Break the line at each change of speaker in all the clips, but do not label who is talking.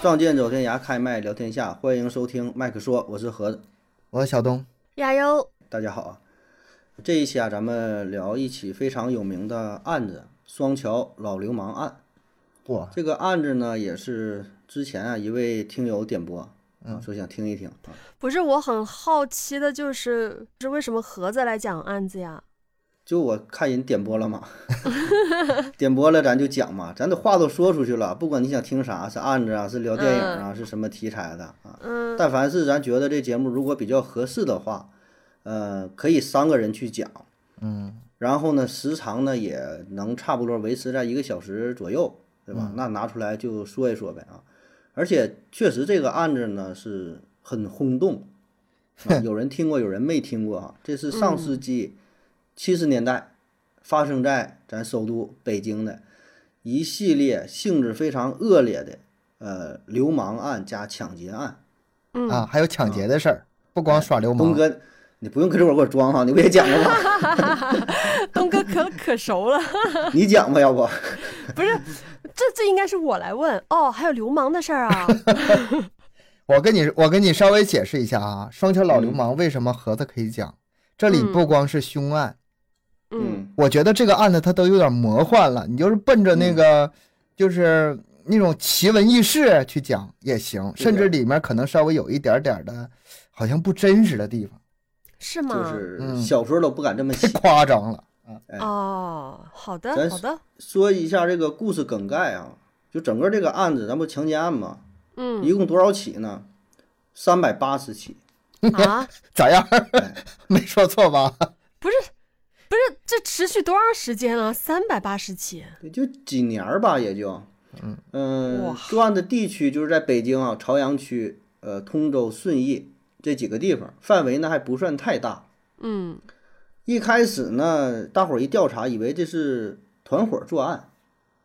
仗剑走天涯，开麦聊天下，欢迎收听麦克说，我是盒子，
我是小东，
亚优，
大家好啊！这一期啊，咱们聊一起非常有名的案子——双桥老流氓案。
嚯，
这个案子呢，也是之前啊一位听友点播啊，说想听一听啊。
不是我很好奇的，就是是为什么盒子来讲案子呀？
就我看人点播了嘛， 点播了咱就讲嘛，咱的话都说出去了，不管你想听啥，是案子啊，是聊电影啊，是什么题材的啊，
嗯，
但凡是咱觉得这节目如果比较合适的话，呃，可以三个人去讲，
嗯，
然后呢，时长呢也能差不多维持在一个小时左右，对吧？那拿出来就说一说呗啊！而且确实这个案子呢是很轰动，啊、有人听过，有人没听过啊。这是上世纪七十年代发生在咱首都北京的一系列性质非常恶劣的呃流氓案加抢劫案。
啊，还有抢劫的事儿，不光耍流
东
氓，
哥，你不用跟着我给我装哈、你不也讲了吗？
东哥可可熟了，
你讲吧，要不？
不是，这这应该是我来问哦。还有流氓的事儿 啊，
我跟你我跟你稍微解释一下啊，双桥老流氓为什么盒子可以讲？这里不光是凶案，
嗯，
我觉得这个案子它都有点魔幻了，你就是奔着那个、就是那种奇闻异事去讲也行，
对
甚至里面可能稍微有一点点的，好像不真实的地方，
是
就
吗？
是
嗯
小说都不敢这么写
太。夸张了啊！
哎
哦，好
咱
的，好 的，
说一下这个故事梗概啊，就整个这个案子，咱不强奸案嘛，
嗯
一共多少起呢？三百八十起。
啊，
咋样
哎？
没说错吧？
不是，这持续多长时间啊？三百八十起，
也就几年儿吧，也就，嗯、
哇
作案的地区就是在北京啊、朝阳区、呃通州、顺义这几个地方，范围呢还不算太大。
嗯
一开始呢，大伙儿一调查，以为这是团伙作案，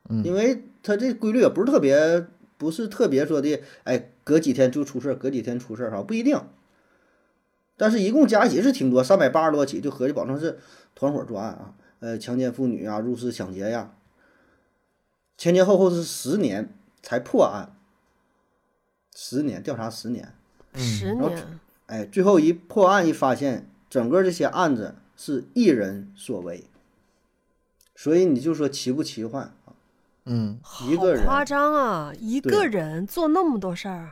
嗯
因为他这规律也不是特别，不是特别说的，哎，隔几天就出事儿，隔几天出事儿哈，不一定。但是，一共加起是挺多，三百八十多起，就合计保证是团伙作案啊，呃，强奸妇女啊，入室抢劫呀、前前后后是十年才破案，十年调查十年，
嗯
十年，
哎，最后一破案一发现，整个这些案子是一人所为，所以你就说奇不奇幻啊？
嗯，
好
一个人
夸张啊！一
对
个人做那么多事儿，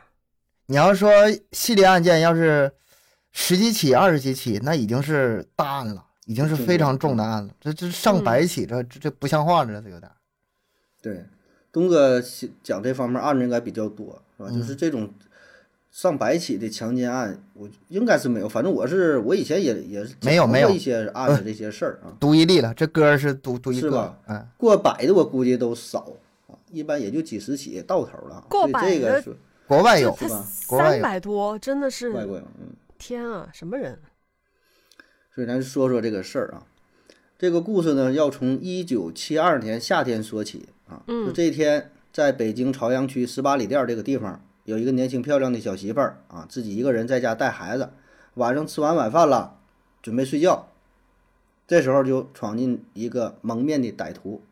你要说系列案件要是十几起、二十几起，那已经是大案了，已经是非常重的案了。这这上百起，这这这不像话了，这有点。
对，东哥讲这方面案子应该比较多，是吧？
嗯
就是这种上百起的强奸案，我应该是没有，反正我是我以前也也是
没有
讲过
没有
一些案子这些事儿啊，
独一例了，这歌是独独一
是吧
个，嗯，
过百的我估计都少啊，一般也就几十起到头了啊。
过
所以
百
这个
的
是
国外有
他
吧
国外
三
有
百多，真的
外
是
国人，嗯。
天啊，什么人？
所以咱说说这个事儿啊。这个故事呢，要从一九七二年夏天说起啊。
嗯
就这一天，在北京朝阳区十八里店这个地方，有一个年轻漂亮的小媳妇儿啊，自己一个人在家带孩子，晚上吃完晚饭了，准备睡觉，这时候就闯进一个蒙面的歹徒，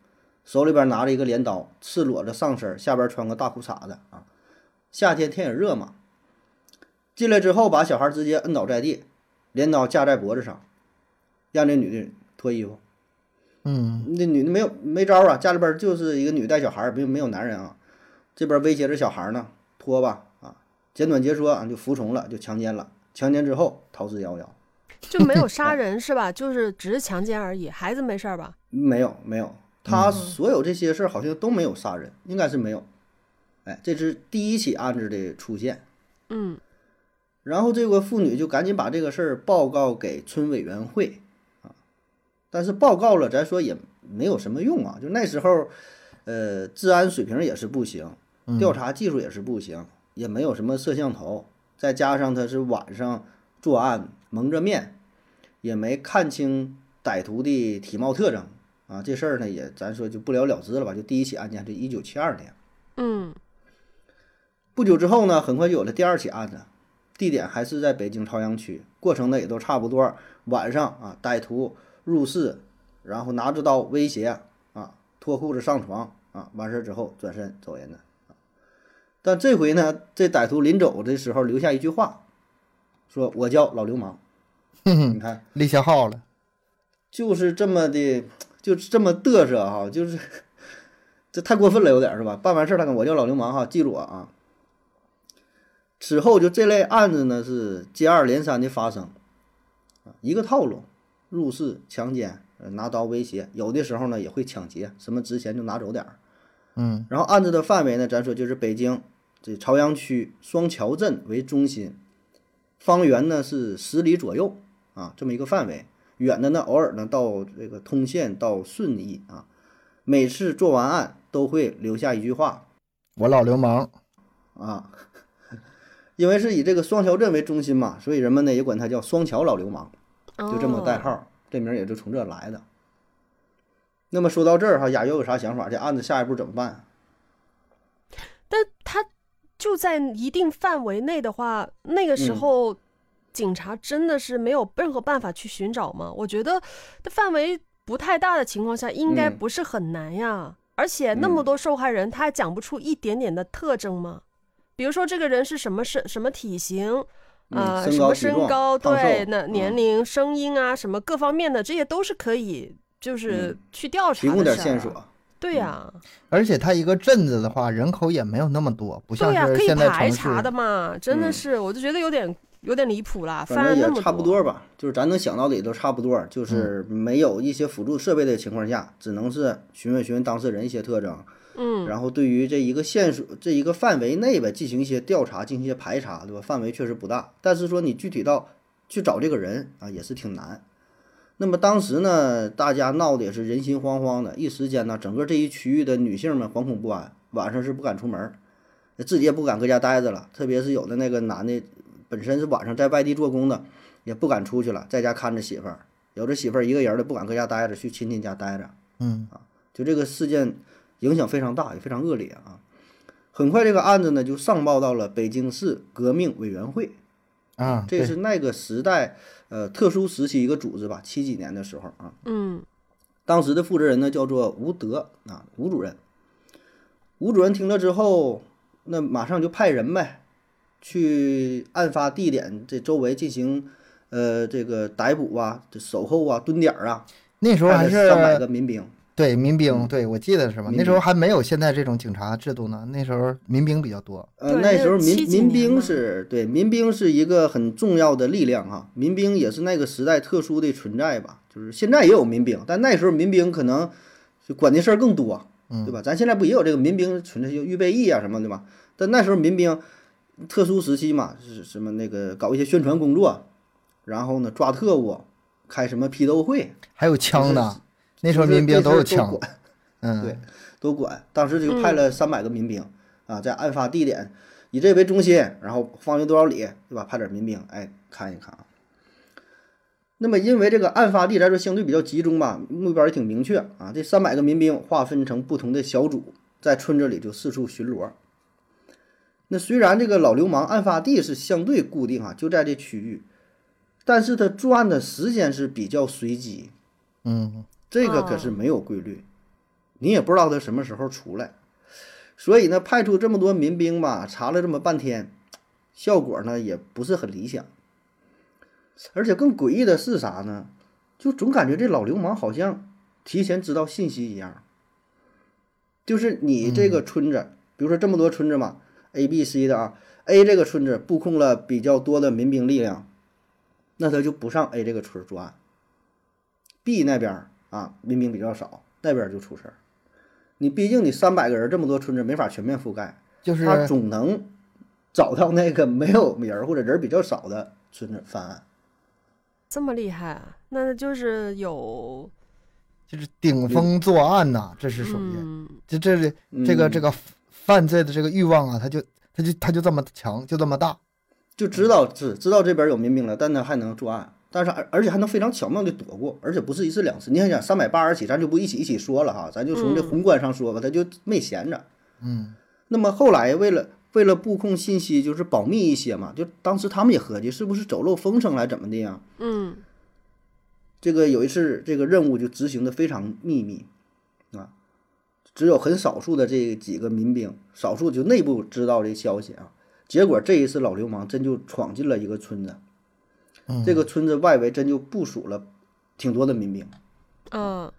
手里边拿着一个镰刀，赤裸着上身，下边穿个大裤衩子啊。夏天天也热嘛，进来之后把小孩直接摁倒在地，镰刀架在脖子上，让这女的脱衣服。
嗯，
那女的没有没招儿啊，家里边儿就是一个女带小孩儿，没有没有男人啊。这边威胁着小孩儿呢，脱吧啊，简短截说啊，就服从了，就强奸了。强奸之后逃之夭夭，
就没有杀人是吧？就是只是强奸而已，孩子没事儿吧？
没有没有，他所有这些事儿好像都没有杀人，应该是没有。哎，这是第一起案子的出现。
嗯
然后这个妇女就赶紧把这个事儿报告给村委员会啊，但是报告了，咱说也没有什么用啊，就那时候，呃，治安水平也是不行，调查技术也是不行，也没有什么摄像头，再加上他是晚上作案，蒙着面，也没看清歹徒的体貌特征啊，这事儿呢也咱说就不了了之了吧，就第一起案件，这一九七二年。
嗯
不久之后呢，很快就有了第二起案子，地点还是在北京朝阳区，过程呢也都差不多。晚上啊，歹徒入室，然后拿着刀威胁啊，脱裤子上床啊，完事儿之后转身走人了。但这回呢，这歹徒临走的时候留下一句话，说我叫老流氓。
哼
你
哼，
看，
立下号了，
就是这么的，就这么嘚瑟哈、就是这太过分了，有点儿是吧？办完事儿他跟我叫老流氓哈、记住我啊。此后就这类案子呢是接二连三的发生，啊一个套路，入室强奸，呃拿刀威胁，有的时候呢也会抢劫，什么值钱就拿走点儿。
嗯
然后案子的范围呢，咱说就是北京这朝阳区双桥镇为中心，方圆呢是十里左右啊，这么一个范围。远的呢，偶尔呢到这个通县到顺义啊。每次做完案都会留下一句话
我老流氓，
啊， 因为是以这个双桥镇为中心嘛，所以人们呢也管他叫双桥老流氓。就这么个代
哦。
号儿，这名儿也就从这儿来的。那么说到这儿哈，亚优有啥想法？这案子下一步怎么办？
但他就在一定范围内的话，那个时
嗯
候警察真的是没有任何办法去寻找吗？我觉得这范围不太大的情况下，应该
嗯
不是很难呀。而且那么
嗯
多受害人，他还讲不出一点点的特征吗？比如说这个人是什么身什么体型，
嗯，
呃，
身
什么
高、体
身
重、胖
高，对，
瘦
那年
嗯
龄、声音啊，什么各方面的，这些都是可以就是
嗯
去调查
提
的
供点
事儿
线
啊
索。
对
嗯
呀、
而且他一个镇子的话，人口也没有那么多，不像
对呀、
是
可以
现在
排
城
查的
市。
嘛，真的
嗯
是，我就觉得有点有点离谱啦，翻
反
了
正
那
也
么嗯
差不多吧，就是咱能想到的也都差不多，就是没有一些辅助设备的情况下，只能是询问询问当事人一些特征，
嗯，
然后对于这一个线索这一个范围内吧进行一些调查，进行一些排查，对吧？范围确实不大，但是说你具体到去找这个人啊，也是挺难。那么当时呢，大家闹的也是人心惶惶的，一时间呢，整个这一区域的女性们惶恐不安，晚上是不敢出门儿，自己也不敢搁家待着了。特别是有的那个男的，本身是晚上在外地做工的，也不敢出去了，在家看着媳妇儿。有的媳妇儿一个人儿的不敢搁家待着，去亲戚家待着。
嗯，
就这个事件影响非常大，也非常恶劣啊。很快，这个案子呢就上报到了北京市革命委员会，嗯
啊，
这
对
是那个时代呃特殊时期一个组织吧，七几年的时候啊。
嗯
当时的负责人呢叫做吴德啊，吴主任。吴主任听了之后，那马上就派人呗，去案发地点这周围进行呃这个逮捕啊、这守候啊、蹲点儿啊，
那时候还
派
是
了上百个民兵。
对民兵，
嗯
对我记得是吧？
民
那时候
兵
还没有现在这种警察制度呢，那时候民兵比较多。
呃，
对
那
那
时候
是
民
70年
民兵
嘛
是对民兵是一个很重要的力量哈，民兵也是那个时代特殊的存在吧，就是现在也有民兵，但那时候民兵可能就管的事儿更多，
嗯
对吧？咱现在不也有这个民兵存在，就预备役啊什么的嘛，但那时候民兵特殊时期嘛，是什么那个搞一些宣传工作，然后呢抓特务，开什么批斗会，
还有枪呢，那时候
就是
民兵
这
都
事
有
儿
枪
管。
嗯，
对都管。当时就派了三百个民兵、啊，在案发地点以这为中心，然后方圆多少里，对吧？派点民兵，哎，看一看啊。那么，因为这个案发地来说相对比较集中吧，目标也挺明确啊。这三百个民兵划分成不同的小组，在村子里就四处巡逻。那虽然这个老流氓案发地是相对固定啊，就在这区域，但是他作案的时间是比较随机，
嗯，
这个可是没有规律，你也不知道他什么时候出来。所以呢，派出这么多民兵吧，查了这么半天，效果呢也不是很理想。而且更诡异的是啥呢？就总感觉这老流氓好像提前知道信息一样，就是你这个村子，比如说这么多村子嘛，A、B、C 的啊，A 这个村子布控了比较多的民兵力量，那他就不上 A 这个村儿作案，B 那边儿啊民兵比较少，那边儿就出事儿。你毕竟你三百个人这么多村子没法全面覆盖，
就是
他总能找到那个没有人或者人比较少的村子犯案。
这么厉害，啊那就是有
就是顶风作案呐、这是属于、
嗯
就这里这个这
嗯
个犯罪的这个欲望啊，他就他就他就这么强，就这么大。
就知
嗯
道是知道这边有民兵了，但他还能作案，但是而而且还能非常巧妙的躲过，而且不是一次两次。你想想三百八十起，咱就不一起一起说了哈，咱就从这
嗯
宏观上说吧，他就没闲着。
嗯，
那么后来为了为了布控信息，就是保密一些嘛，就当时他们也合计是不是走漏风声来怎么的啊呀？
嗯
这个有一次这个任务就执行的非常秘密啊，只有很少数的这几个民兵，少数就内部知道这消息啊。结果这一次老流氓真就闯进了一个村子，
嗯
这个村子外围真就部署了挺多的民兵。
嗯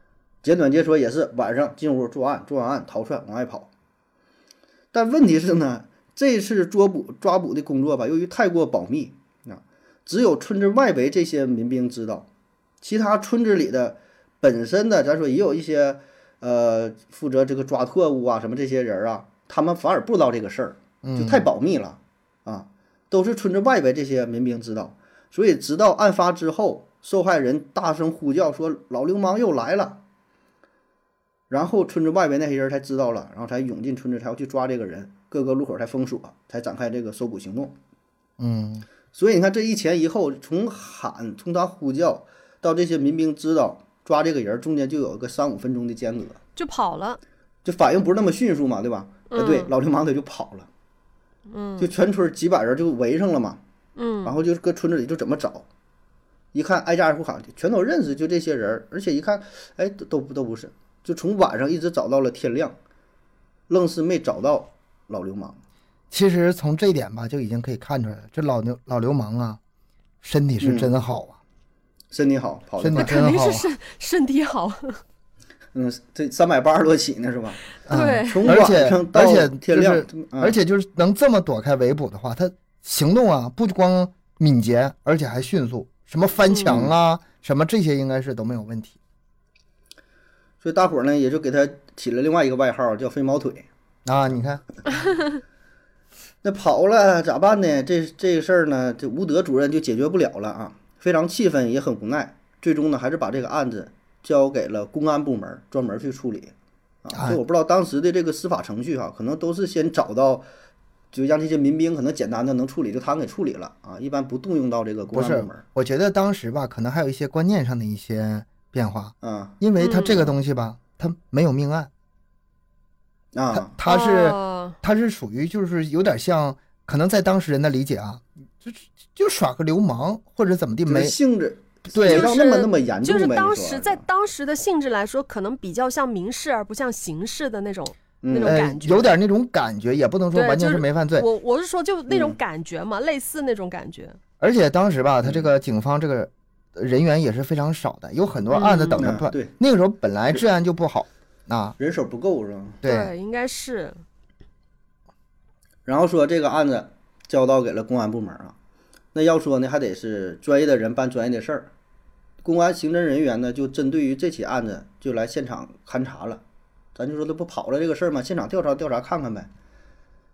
简短截说也是晚上进屋作案，做完案逃窜往外跑。但问题是呢，这次捉捕抓捕的工作吧，由于太过保密啊，只有村子外围这些民兵知道，其他村子里的本身的，咱说也有一些呃负责这个抓特务啊什么这些人啊，他们反而不知道这个事儿，就太保密了、啊，都是村子外围这些民兵知道，所以直到案发之后，受害人大声呼叫说老流氓又来了。然后村子外围那些人才知道了，然后才涌进村子，才要去抓这个人，各个路口才封锁，才展开这个搜捕行动。
嗯
所以你看，这一前一后，从喊、从他呼叫到这些民兵知道抓这个人，中间就有一个三五分钟的间隔，
就跑了。
就反应不是那么迅速嘛，对吧？呃，对，老流氓他就跑了，嗯，就全村几百人就围上了嘛，嗯，然后就搁村子里就怎么找，一看挨家挨户喊，全都认识，就这些人儿，而且一看，哎，都都不都不是，就从晚上一直找到了天亮，愣是没找到老流氓。
其实从这点吧，就已经可以看出来了，这老牛老流氓啊，身体是真好啊。
身体好，跑得
身
快
体
那，
真
肯定
好啊
是身身体好，
嗯，这三百八十多起呢，是吧？
嗯
对，
从
而
晚
且
上
而
到
且
天
就
亮
是，
嗯
而且就是能这么躲开围捕的话，他行动啊不光敏捷，而且还迅速，什么翻墙啊，
嗯
什么这些应该是都没有问题
所以大伙儿呢也就给他起了另外一个外号叫“飞毛腿”。
啊。你看，
那跑了咋办呢？这这事儿呢，这吴德主任就解决不了了啊，非常气愤，也很无奈。最终呢，还是把这个案子交给了公安部门专门去处理。啊，
哎
这我不知道当时的这个司法程序哈、可能都是先找到，就让这些民兵可能简单的能处理，就他们给处理了啊，一般不动用到这个公
不
安部
是
门，
我觉得当时吧，可能还有一些观念上的一些变化，
啊
因为
嗯
他这个东西吧，他没有命案，他
啊，
他是。
哦
他是属于就是有点像，可能在当事人的理解啊，就就耍个流氓或者怎么地
就是
没
性质
对
没到那么那么严重
就
呗，
是
你
当
说啊
时
是
在
吧
当时的性质来说，可能比较像民事而不像刑事的那种。
嗯
那种
呃
感觉
有点那种感觉，也不能说
对
完全
就是是
没犯罪。
我我是说，就那种
嗯
感觉嘛，类似那种感觉。
而且当时吧，他这个警方这个人员也是非常少的，有很多案子等着
嗯
办。
对
那个时候本来治安就不好啊，
人手不够是吧？
对，
应该是
然后说这个案子交到给了公安部门啊。那要说呢，还得是专业的人办专业的事儿。公安刑侦人员呢，就针对于这起案子，就来现场勘查了。咱就说他不跑了这个事儿嘛，现场调查调查看看呗。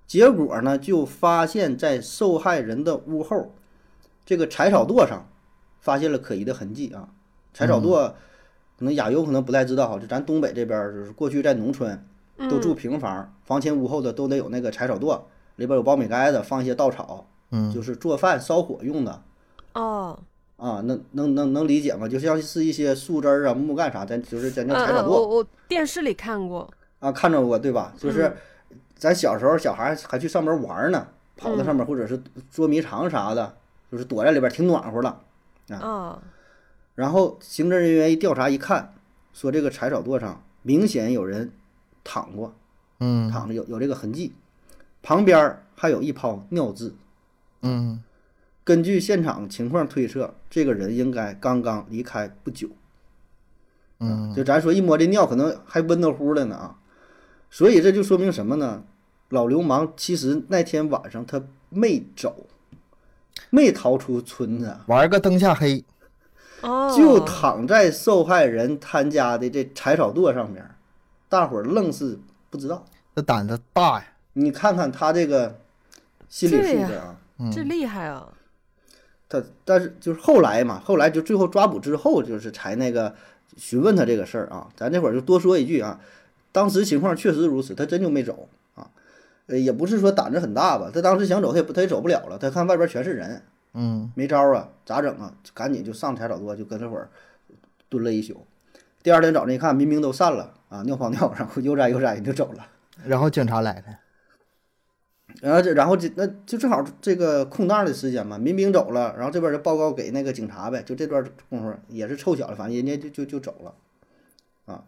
结果呢，就发现，在受害人的屋后这个柴草垛上，发现了可疑的痕迹啊。柴草垛，可能亚优可能不太知道哈，就咱东北这边儿就是过去在农村，
嗯
都住平房，房前屋后的都得有那个柴草垛，里边有苞米杆子，放一些稻草，
嗯，
就是做饭烧火用的
哦，
啊，能能能能理解吗？就像是一些树枝儿啊、木干啥，咱就是咱
嗯
叫柴
嗯，
草
我
垛
我电视里看过，
啊，看着过对吧？就是
嗯
咱小时候小孩儿还去上面玩呢，跑到上
嗯
面或者是捉迷藏啥的，就是躲在里边挺暖和的。啊
啊，
然后刑侦人员一调查一看，说这个柴草垛上明显有人躺过，
嗯
躺着有有这个痕迹，旁边儿还有一泡尿渍。
嗯，
根据现场情况推测，这个人应该刚刚离开不久。
嗯，
就咱说一摸这尿，可能还温乎乎的呢啊。所以这就说明什么呢？老流氓其实那天晚上他没走，没逃出村子，啊
玩个灯下黑，
哦，
就躺在受害人他家的这柴草垛上面，大伙儿愣是不知道。
这胆子大呀。
你看看他这个心理素
对呀
质啊，
这厉害啊，
他但是就是后来嘛，后来就最后抓捕之后，就是才那个询问他这个事儿啊。咱这会儿就多说一句啊，当时情况确实如此，他真就没走啊。呃，也不是说胆子很大吧，他当时想走，他也不他也走不了了。他看外边全是人，
嗯，
没招儿啊，咋整啊？赶紧就上柴草垛，就跟那会儿蹲了一宿。第二天早晨一看，民兵都散了啊，尿泡尿，然后悠哉悠哉就走了。
然后警察来了，
然后这，然后这那就正好这个空档的时间嘛，民兵走了，然后这边就报告给那个警察呗，就这段功夫也是凑巧了，反正人家就就就走了，啊，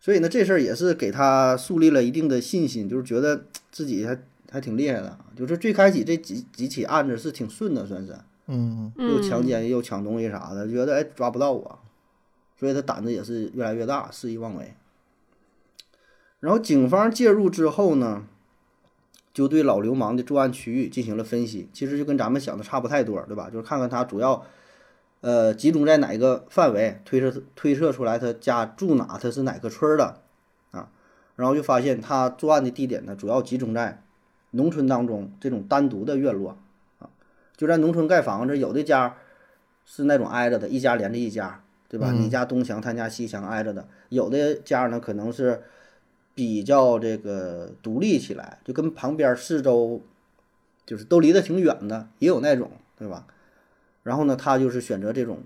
所以呢，这事儿也是给他树立了一定的信心，就是觉得自己还还挺厉害的啊。就是最开始这几几起案子是挺顺的，算是
嗯，
又强
嗯
奸又抢东西啥的，觉得哎抓不到我，所以他胆子也是越来越大，肆意妄为。然后警方介入之后呢，就对老流氓的作案区域进行了分析，其实就跟咱们想的差不太多，对吧？就是看看他主要，呃，集中在哪一个范围，推测推测出来他家住哪，他是哪个村儿的，啊，然后就发现他作案的地点呢，主要集中在农村当中这种单独的院落，就在农村盖房子，有的家是那种挨着的，一家连着一家，对吧？
嗯
你家东墙，他家西墙挨着的，有的家呢可能是比较这个独立起来，就跟旁边四周就是都离得挺远的，也有那种，对吧？然后呢，他就是选择这种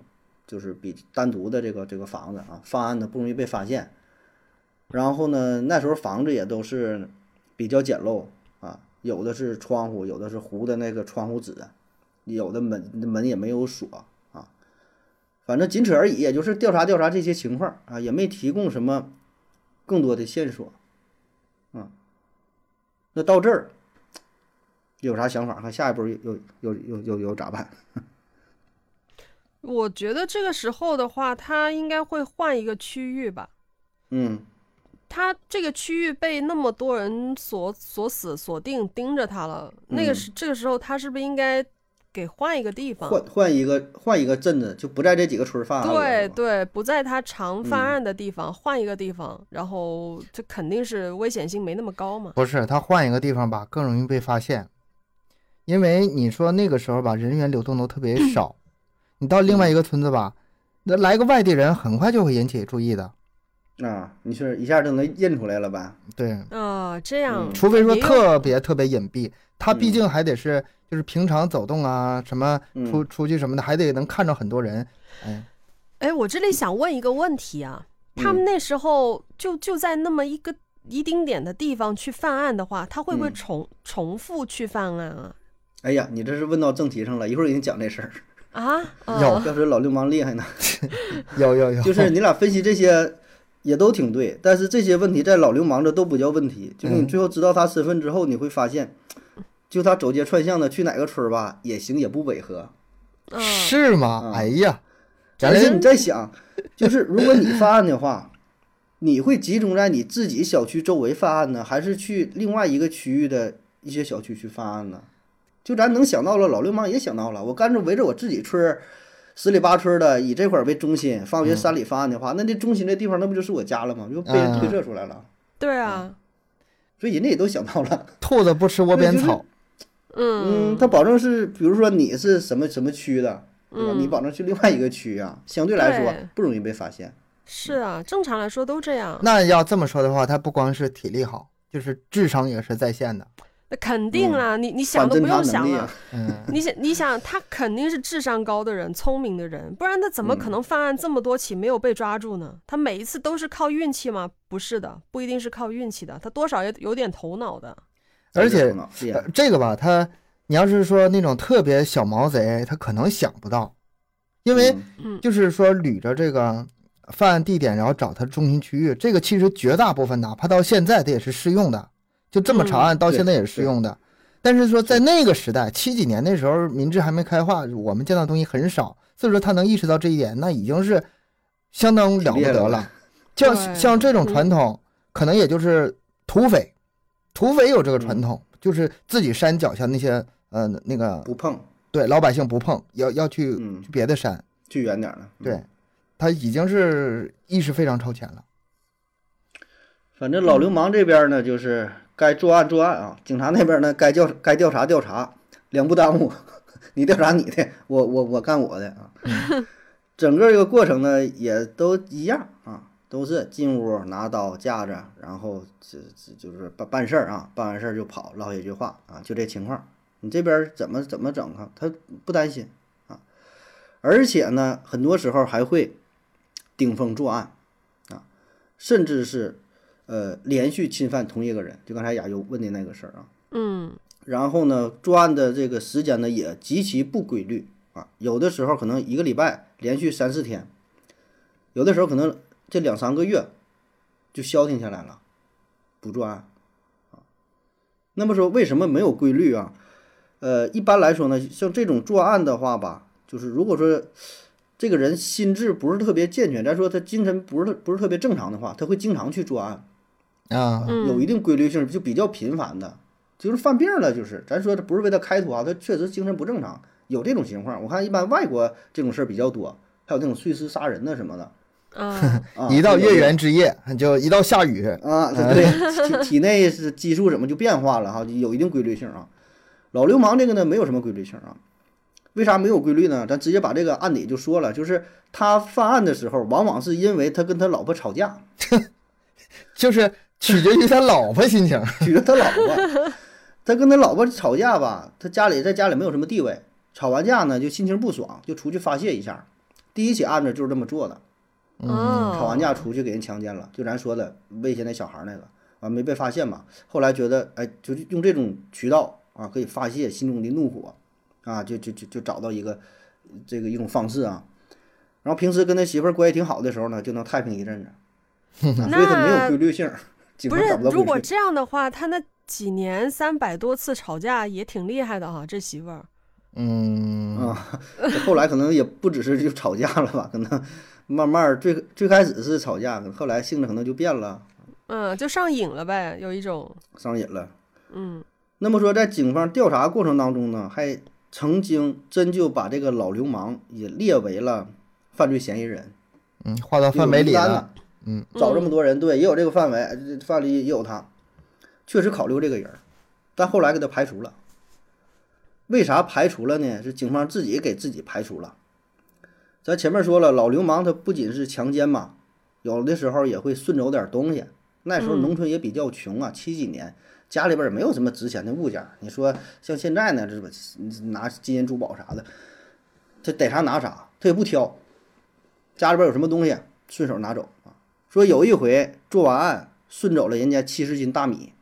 就是比单独的这个这个房子啊，方案呢不容易被发现。然后呢，那时候房子也都是比较简陋啊，有的是窗户，有的是糊的那个窗户纸，有的门门也没有锁啊，反正仅此而已，也就是调查调查这些情况啊，也没提供什么更多的线索，嗯，那到这儿有啥想法？看下一步又又又又又咋办？
我觉得这个时候的话，他应该会换一个区域吧。
嗯
他这个区域被那么多人锁锁死锁定盯着他了，那个
嗯
时、这个时候他是不是应该给换一个地方？
换换一个换一个镇子，就不在这几个村儿犯案了。
对
是吧
对，不在他常犯
嗯
案的地方、换一个地方，然后这肯定是危险性没那么高嘛。
不是，他换一个地方吧，更容易被发现，因为你说那个时候吧，人员流动都特别 少，你到另外一个村子吧，那来个外地人，很快就会引起注意的。
啊，你是一下就能认出来了吧？
对，
啊，这样，
嗯
除非说
也有
特别特别隐蔽，他毕
嗯
竟还得是就是平常走动啊，什么出出去什么的，还得能看着很多人。哎，
哎，我这里想问一个问题啊，他
嗯
们那时候就就在那么一个一丁点的地方去犯案的话，他会不会
嗯
重、重复去犯案啊？
哎呀，你这是问到正题上了，一会儿给你讲这事儿。
啊，呃
有
要是老流氓厉害呢，
有有有，
就是你俩分析这些也都挺对，但是这些问题在老流氓这都不叫问题。就是你
嗯
最后知道他身份之后，你会发现，就他走街串巷的去哪个村儿吧，也行，也不违和。
嗯、
是吗？
嗯
哎呀，咱
而且
这
你在想，就是如果你犯案的话，你会集中在你自己小区周围犯案呢，还是去另外一个区域的一些小区去犯案呢？就咱能想到了，老流氓也想到了，我干脆围着我自己村儿十里八村儿的，以这块儿为中心，方
嗯
圆三里犯案的话，那这中心这地方那不就是我家了吗？就被
嗯
人推测出来了，
对啊，
所以人家也都想到了。
兔子不吃 窝边草，
嗯
嗯，他保证是，比如说你是什么什么区的，对吧？
嗯
你保证去另外一个区啊，相对来说
对
不容易被发现。
是啊，正常来说都这样，
那要这么说的话，他不光是体力好，就是智商也是在线的。
那肯定啊，你你
反
想
嗯
都
侦
不
查
用
能
想
力
了，
啊，，
嗯
你想，你想，他肯定是智商高的人，聪明的人，不然他怎么
嗯
可能犯案这么多起没有被抓住呢？他每一次都是靠运气吗？不是的，不一定是靠运气的，他多少也有点头脑的。
而且
头脑厉害
呃这个吧，他你要是说那种特别小毛贼，他可能想不到，因为
嗯
嗯
就是说捋着这个犯案地点，然后找他中心区域，这个其实绝大部分哪怕到现在它也是适用的，就这么查案到现在也是适用的。但是说在那个时代，七几年那时候民智还没开化，我们见到的东西很少，所以说他能意识到这一点，那已经是相当了不
挺厉
得
害
了
了。
像
对
像这种传统，可能也就是土匪，土匪有这个传统，就是自己山脚下那些呃那个
不碰，
对老百姓不碰，要要去
嗯
去别的山。
去远点儿了。嗯
对，，他已经是意识非常超前了。
反正老流氓这边呢，就是该作案作案啊，警察那边呢，该调该调查调查，两不耽误。 你调查你的，我我我干我的啊。整个这个过程呢，也都一样啊，都是进屋拿刀架着，然后这这就是办办事儿啊，办完事儿就跑，唠一句话啊，就这情况。你这边怎么怎么整啊？他不担心啊，而且呢，很多时候还会顶风作案啊，甚至是呃连续侵犯同一个人，就刚才亚优问的那个事儿啊。
嗯
然后呢，作案的这个时间呢也极其不规律啊，有的时候可能一个礼拜连续三四天，有的时候可能这两三个月，就消停下来了，不作案啊。那么说为什么没有规律啊？呃，一般来说呢，像这种作案的话吧，就是如果说这个人心智不是特别健全，再说他精神不是特不是特别正常的话，他会经常去作案，
啊，
嗯
有一定规律性，就比较频繁的，就是犯病了，就是咱说这不是为他开脱啊，他确实精神不正常，有这种情况。我看一般外国这种事儿比较多，还有那种碎尸杀人的什么的
啊，
啊。
一
有
到月
这种
圆之夜，就一到下雨，
啊，对对， 体体内是激素怎么就变化了哈，有一定规律性啊。老流氓这个呢，没有什么规律性啊。为啥没有规律呢？咱直接把这个案底就说了，就是他犯案的时候，往往是因为他跟他老婆吵架，
就是取决于他老婆心情。
娶了他老婆，他跟他老婆吵架吧，他家里在家里没有什么地位，吵完架呢就心情不爽，就出去发泄一下。第一起案子就是这么做的，
啊
嗯吵完架出去给人强奸了，就咱说的威胁那小孩儿那个，完、没被发现嘛。后来觉得，哎，就用这种渠道啊，可以发泄心中的怒火，啊，就就就就找到一个这个一种方式啊。然后平时跟他媳妇儿关系挺好的时候呢，就能太平一阵子， 啊、所以他没有规律性儿，警
不
方
是
找不到，
如
规
果
律。
这样的话，他那几年三百多次吵架也挺厉害的哈，这媳妇儿。
嗯，
啊，这后来可能也不只是就吵架了吧，可能慢慢儿最最开始是吵架，可能后来性质可能就变了，
嗯，就上瘾了呗，有一种，
上瘾了。
嗯
那么说，在警方调查过程当中呢，还曾经真就把这个老流氓也列为了犯罪嫌疑人，
嗯，划到范围里了。嗯，
找这么多人，对，也有这个范围，这范围里也有他，确实考虑这个人儿，但后来给他排除了。为啥排除了呢？是警方自己给自己排除了。咱前面说了，老流氓他不仅是强奸嘛，有的时候也会顺走点东西。那时候农村也比较穷啊，七几年家里边儿也没有什么值钱的物件儿。你说像现在呢，这不拿金银珠宝啥的，他逮啥拿啥，他也不挑，家里边儿有什么东西顺手拿走啊。说有一回做完案，顺走了人家七十斤大米，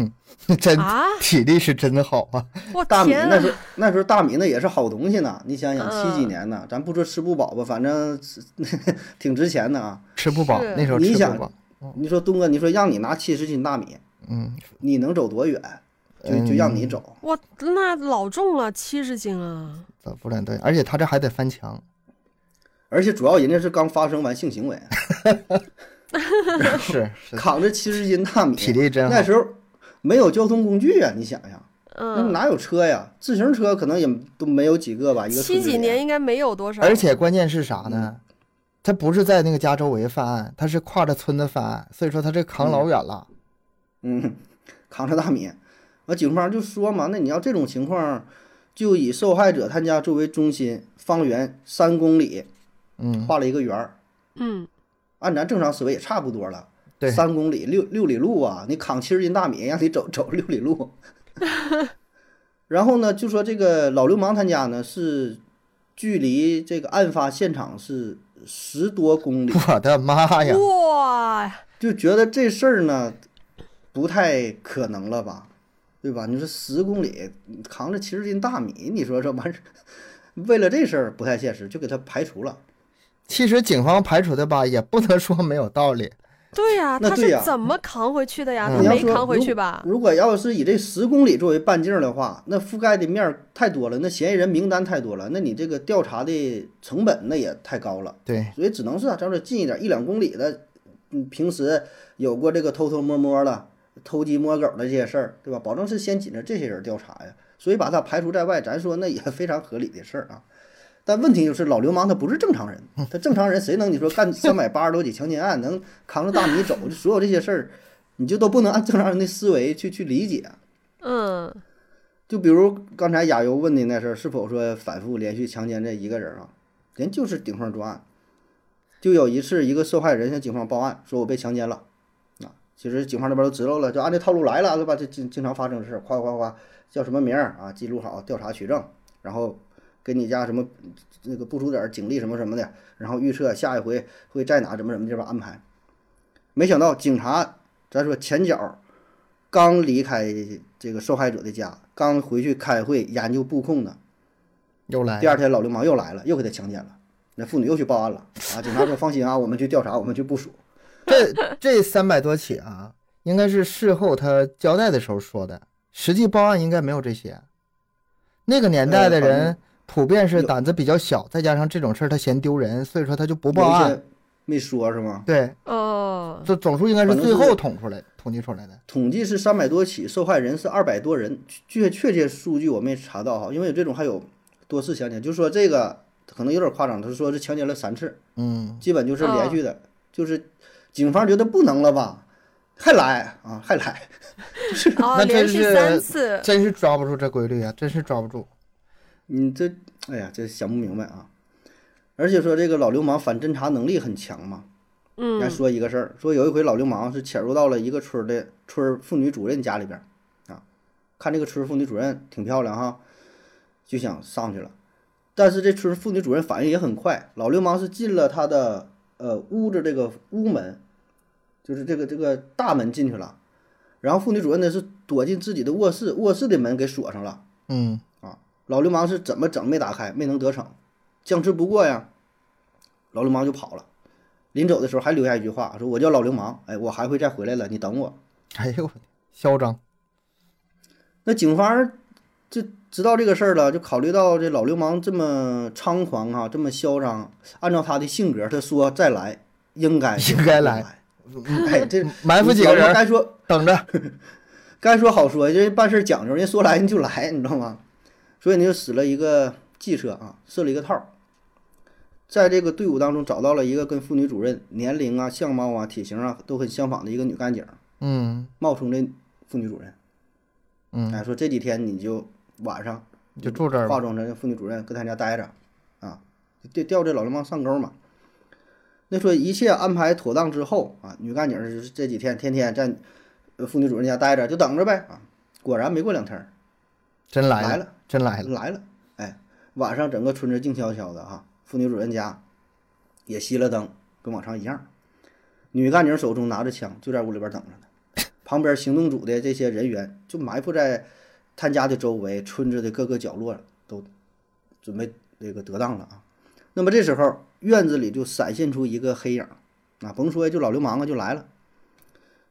真
啊，
体力是真的好啊。
我
呃大米
天
那
呐，
时候那时候大米那也是好东西呢。你想想，
嗯
七几年呢，咱不说吃不饱吧，反正 挺值钱的啊。
吃不饱
是，
那时候
你
吃
想
不饱，
你说东哥，你说让你拿七十斤大米，
嗯，
你能走多远？就就让你走。
我那老重了，七十斤啊，
咋不然对，而且他这还得翻墙，
而且主要人家是刚发生完性行为，
是是，
扛着七十斤大米，
体力真好
那。时候没有交通工具呀、啊你想想，那
嗯，
哪有车呀？自行车可能也都没有几个吧，一个
七
村子
几
里
年应该没有多少，
而且关键是啥呢？他不是在那个家周围犯案，他是跨着村子犯案，所以说他这扛老远了。
嗯，扛着大米。完，警方就说嘛，那你要这种情况，就以受害者他家作为中心，方圆三公里
嗯，
画了一个圆儿。
嗯，
按咱正常思维也差不多了，
对
三公里六六里路啊，你扛七十斤大米，让你走走六里路。然后呢，就说这个老流氓他家呢是距离这个案发现场是十多公里，
我的妈
哎
呀！
哇，
就觉得这事儿呢不太可能了吧，对吧？你说十公里扛着七十斤大米，你说这玩意儿，为了这事儿不太现实，就给他排除
嗯
了。
其实警方排除的吧，也不能说没有道理。
对呀、
那
他
对呀
是怎么扛回去的呀？
嗯
他
你要
没
说
扛回
如
去吧？
如果要是以这十公里作为半径的话，那覆盖的面儿太多了，那嫌疑人名单太多了，那你这个调查的成本那也太高了，
对，
所以只能是啊，咱说近一点，一两公里的，嗯，平时有过这个偷偷摸摸的、偷鸡摸狗的这些事儿，对吧？保证是先紧着这些人调查呀，所以把他排除在外，咱说那也非常合理的事儿啊。但问题就是老流氓他不是正常人，他正常人谁能你说干三百八十多起强奸案，能扛着大米走，就所有这些事儿，你就都不能按正常人的思维去去理解。啊
嗯，
就比如刚才亚优问的那事儿，是否说反复连续强奸这一个人啊？人就是顶缝作案。就有一次，一个受害人向警方报案，说我被强奸了。啊，其实警方这边都知道了，就按这套路来了，对吧？这经经常发生的事儿，夸夸夸，叫什么名儿啊？记录好，调查取证，然后给你家什么那个部署点儿警力什么什么的，然后预测下一回会在哪怎么怎么地方安排。没想到警察，咱说前脚刚离开这个受害者的家，刚回去开会研究布控呢。
又来
第
了
二天老流氓 又来了，又给他强奸了。那妇女又去报案了啊！警察说放心啊，我们去调查，我们去部署。
这这三百多起啊，应该是事后他交代的时候说的，实际报案应该没有这些。那个年代的
呃好
人
像
普遍是
有
胆子比较小，再加上这种事儿他嫌丢人，所以说他就不
不
报案。
没说是吗？
对，
哦，
这总数应该是
反正
最
就
后
是
统出来、统计出来的。
统计是三百多起，受害人是二百多人，确确切数据我没查到哈，因为有这种还有多次强奸，就是说这个可能有点夸张，他说是强奸了三次，
嗯，
基本就是
哦
连续的，就是警方觉得不能了吧，还来啊，还来，
哦，
那真
连续
是
三次，
真是抓不住这规律啊，真是抓不住。
你这，哎呀，这想不明白啊。而且说这个老流氓反侦查能力很强嘛，
嗯
还说一个事儿，说有一回老流氓是潜入到了一个村儿的村儿妇女主任家里边儿啊，看这个村儿妇女主任挺漂亮哈，就想上去了，但是这村儿妇女主任反应也很快，老流氓是进了她的呃屋子这个屋门，就是这个这个大门进去了，然后妇女主任呢是躲进自己的卧室，卧室的门给锁上了。
嗯，
老流氓是怎么整没打开，没能得逞，僵持不过呀，老流氓就跑了。临走的时候还留下一句话，说我叫老流氓，哎，我还会再回来的，你等我。
哎呦，嚣张。
那警方就知道这个事儿了，就考虑到这老流氓这么猖狂啊，这么嚣张，按照他的性格，他说再来应该就
应该来
来， 哎，这
埋伏几个
老流氓
人
该说
等着。
该说好说，这办事讲究，人家说来人就来，你知道吗？所以呢，就使了一个计策啊，设了一个套儿，在这个队伍当中找到了一个跟妇女主任年龄啊、相貌啊、体型啊都很相仿的一个女干警，
嗯
冒充这妇女主任，
嗯，
哎，说这几天你就晚上
就住这儿
化
吧。
妆成妇女主任跟他家待着，啊，就调这老流氓上钩嘛。那说一切安排妥当之后啊，女干警儿就是这几天天天在呃妇女主任家待着，就等着呗啊。果然没过两天儿
真来
来
了，
了，
真来了。
来了，哎，晚上整个村子静悄悄的啊，妇女主任家也熄了灯，跟往常一样。女干警手中拿着枪，就在屋里边等着呢。旁边行动组的这些人员就埋伏在他家的周围、村子的各个角落，都准备这个得当了啊。那么这时候院子里就闪现出一个黑影，啊，甭说就老流氓啊就来了，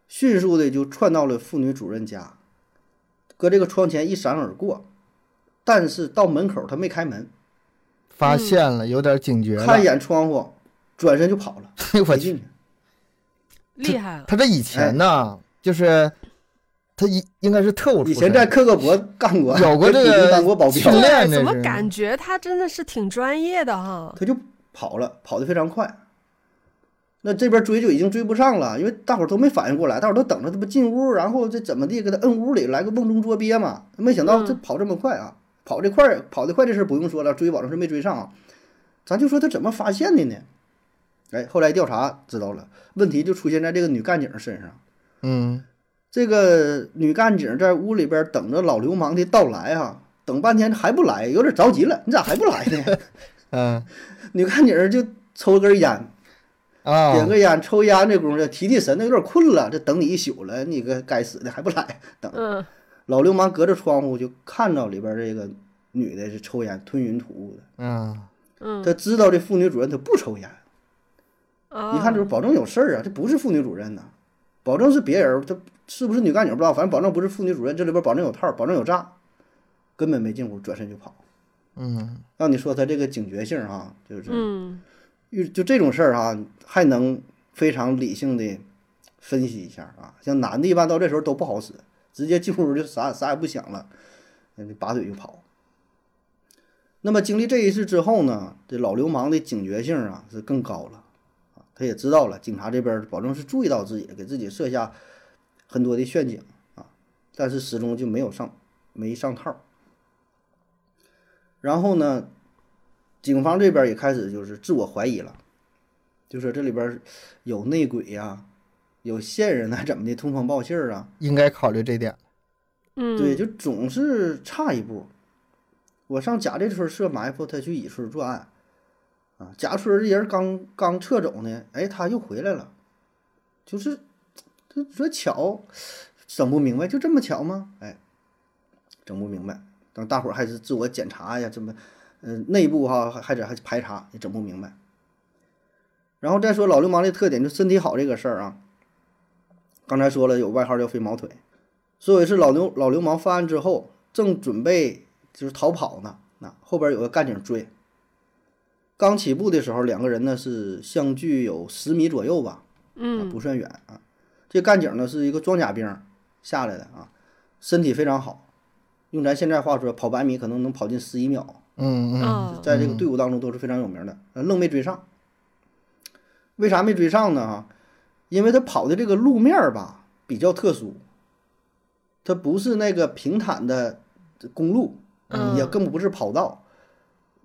迅速的就窜到了妇女主任家，搁这个窗前一闪而过。但是到门口他没开门，
发现了，有点警觉
嗯
了。
看一眼窗户，转身就跑了，
哎呦我
没
去
进，去。
厉 害了，
他这以前呢，就是他以应该是特务出身，
哎以前在克格勃干过，
有过这
跟
个
比利当过保
训
镖，
练这
对，怎么
是
感觉他真的是挺专业的哈？
他就跑了，跑得非常快。那这边追就已经追不上了，因为大伙儿都没反应过来，大伙儿都等着他不进屋，然后这怎么地给他摁屋里来个瓮中捉鳖嘛？没想到这
嗯
跑这么快啊，跑得快，跑得快这事儿不用说了，追保证是没追上啊。咱就说他怎么发现的呢？哎，后来调查知道了，问题就出现在这个女干警身上。
嗯，
这个女干警在屋里边等着老流氓的到来啊，等半天还不来，有点着急了，你咋还不来呢？
嗯
女干警就抽根烟，
啊，
点个烟，抽烟这功夫提提神，那有点困了，这等你一宿了，你个该死的还不来，等
嗯，
老流氓隔着窗户就看到里边这个女的是抽烟吞云吐雾的，
嗯，
嗯，
他知道这妇女主任她不抽烟，
一哦
一看就是保证有事儿啊，这不是妇女主任呐、保证是别人儿，这是不是女干警不知道，反正保证不是妇女主任，这里边保证有套，保证有诈，根本没进屋，转身就跑。
嗯，
让你说他这个警觉性啊，就是
嗯，
遇就这种事儿啊，还能非常理性的分析一下啊。像男的，一般到这时候都不好使，直接进屋就啥啥也不想了，嗯拔腿就跑。那么经历这一次之后呢，这老流氓的警觉性啊是更高了，啊他也知道了，警察这边保证是注意到自己，给自己设下很多的陷阱啊，但是始终就没有上没上套。然后呢，警方这边也开始就是自我怀疑了，就说这里边有内鬼呀、有线人啊，怎么的通风报信儿啊？
应该考虑这点。
嗯，
对，就总是差一步。我上贾这村设埋伏，他去乙村作案，啊，贾村这人刚刚撤走呢，哎，他又回来了，就是这说巧，整不明白，就这么巧吗？哎，整不明白。等大伙儿还是自我呃检查呀，这么，嗯、内部哈、还还得还排查，也整不明白。然后再说老流氓的特点，就身体好这个事儿啊。刚才说了，有外号叫“飞毛腿”，所以是老流老流氓犯案之后，正准备就是逃跑呢，那后边有个干警追。刚起步的时候，两个人呢是相距有十米左右吧，啊
嗯
不算远啊。这干警呢是一个装甲兵下来的啊，身体非常好，用咱现在话说，跑百米可能能跑进十一秒，
嗯嗯，
啊，
在这个队伍当中都是非常有名的，呃愣没追上。为啥没追上呢？哈，因为他跑的这个路面儿吧比较特殊，它不是那个平坦的公路，
嗯
也更不是跑道。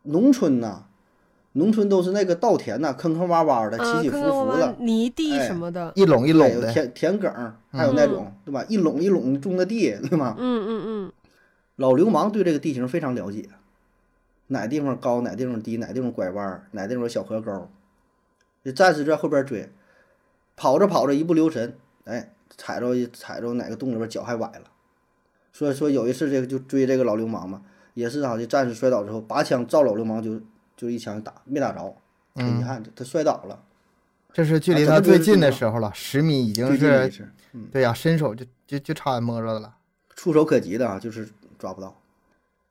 农村呐、农村都是那个稻田呐、坑坑洼洼的，
啊
起起伏
坑坑
伏
洼
的
洼，泥地
哎
什么的，
一拢一
对
拢
有
的，
田田埂儿，还有那种、对吧？一垄一垄种的地，对吧？
嗯嗯
老流氓对这个地形非常了解，哪地方高，哪地方低，哪地方拐弯儿，哪地方有小河沟，就暂时在后边追，跑着跑着一不留神，哎，踩着踩着哪个洞里边，脚还崴了。所以说有一次这个就追这个老流氓嘛，也是啊，就战士摔倒之后拔枪照老流氓就就一枪打，没打着，很遗
嗯，
憾他摔倒了，
这是距离
哎啊
他
咱们
最
就是
近的
这
时候了，十米已经
最近的一
是，
次，
对呀、伸手就就就差点摸着了。
触手可及的啊，就是抓不到。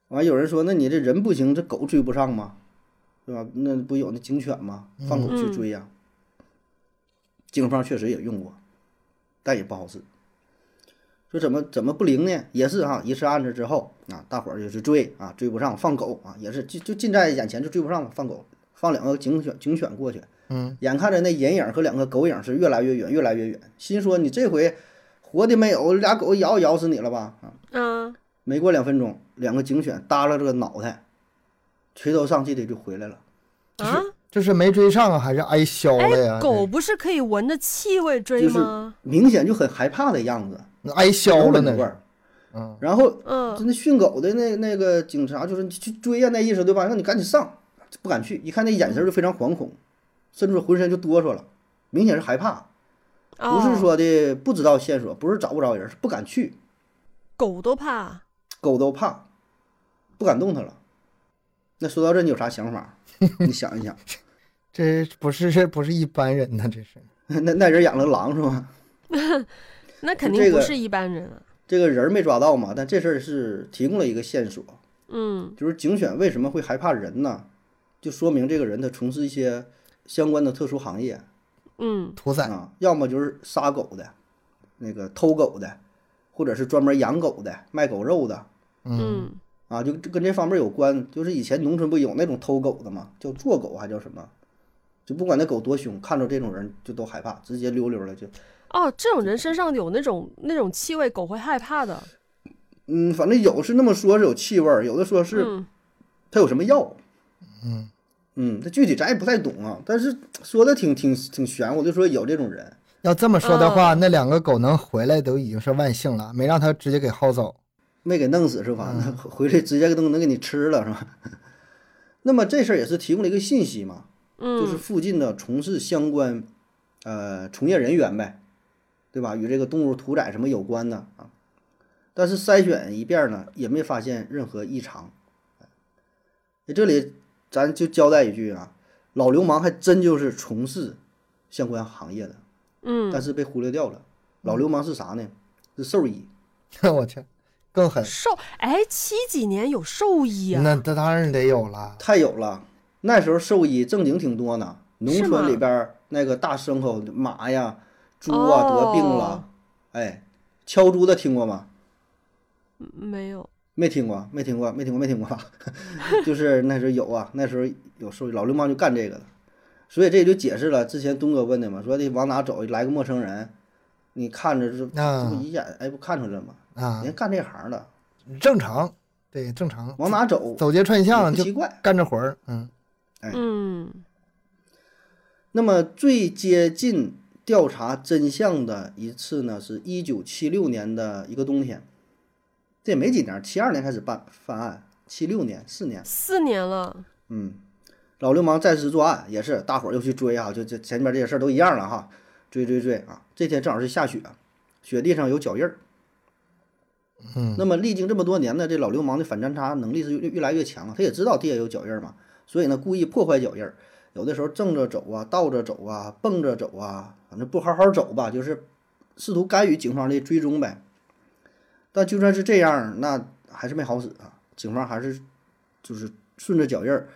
完、有人说，那你这人不行，这狗追不上吗？对吧？那不有那警犬吗？放狗去追呀、警方确实也用过，但也不好使。说怎么怎么不灵呢？也是哈，一次案子之后啊，大伙儿就是追啊，追不上放狗啊，也是就就近在眼前就追不上放狗，放两个警犬警犬过去，
嗯，
眼看着那人影和两个狗影是越来越远，越来越远，心说你这回活的没有，俩狗咬也咬死你了吧？啊，
嗯啊，
没过两分钟，两个警犬耷拉着个脑袋，垂头丧气的就回来了。
啊，
这是没追上啊，还是挨削了呀？
哎，狗不是可以闻着气味追
啊就是
吗？
明显就很害怕的样子，
这挨削了
闻
呢
味。儿。
嗯，
然后
嗯
就那训狗的那那个警察就是你去追呀、那意思对吧？让你赶紧上，不敢去，一看那眼神就非常惶恐，甚至浑身就哆嗦了，明显是害怕，
哦，
不是说的不知道线索，不是找不着人，是不敢去，
狗都怕，
狗都怕，不敢动它了。那说到这，你有啥想法？你想一想，
这不是这不是一般人呐，这是。
那那人养了狼是吧？
那肯
就
定
这
不
个
是一般人啊。
这个人儿没抓到嘛，但这事儿是提供了一个线索，
嗯
就是警犬为什么会害怕人呢？就说明这个人他从事一些相关的特殊行业
嗯
屠宰，
啊，要么就是杀狗的，那个偷狗的，或者是专门养狗的、卖狗肉的
嗯，
嗯
啊，就跟这方面有关。就是以前农村不有那种偷狗的嘛，叫做狗还叫什么？就不管那狗多凶，看着这种人就都害怕，直接溜溜的就，
哦，这种人身上有那种那种气味，狗会害怕的。
嗯，反正有是那么说，是有气味儿，有的说是
嗯
它有什么药？嗯嗯，这具体咱也不太懂啊，但是说的挺挺挺玄，我就说有这种人，
要这么说的话，
嗯
那两个狗能回来都已经是万幸了，没让他直接给薅走。
没给弄死是吧？那回来直接都能给你吃了是吧？ 那么这事儿也是提供了一个信息嘛，
嗯，
就是附近的从事相关呃从业人员呗，对吧？与这个动物屠宰什么有关的啊？但是筛选一遍儿呢，也没发现任何异常。哎这里咱就交代一句啊，老流氓还真就是从事相关行业的，
嗯，
但是被忽略掉了。老流氓是啥呢？是兽医。
我去，更狠。
兽哎，七几年有兽医啊？
那他当然得有了。
太有了，那时候兽医正经挺多呢，农
是吗
村里边儿那个大牲口马呀、猪啊得
哦
病了，哎，敲猪的听过吗？
没有，
没听过，没听过，没听过，没听过 吧，就是那时候有啊，那时候有兽医，老流氓就干这个了，所以这也就解释了之前东哥问的嘛，说的往哪走来个陌生人，你看着这这不
啊
一眼哎不看出来吗？
啊
人家，干这行的
正常，对，正常。
往哪走
走街串巷
也不
就
奇怪，
干这活儿，嗯，
哎
嗯
那么最接近调查真相的一次呢，是一九七六年的一个冬天，这也没几年，七二年开始办犯案，七六年四年，
四年了，
嗯，老流氓再次作案，也是大伙儿又去追啊，就这前面这些事儿都一样了哈，追追追啊！这天正好是下雪，雪地上有脚印儿。
嗯，
那么历经这么多年呢，这老流氓的反侦查能力是越越来越强了，他也知道地下有脚印儿嘛，所以呢故意破坏脚印儿，有的时候正着走啊，倒着走啊，蹦着走啊，反正不好好走吧，就是试图干预警方的追踪呗。但就算是这样，那还是没好使啊，警方还是就是顺着脚印儿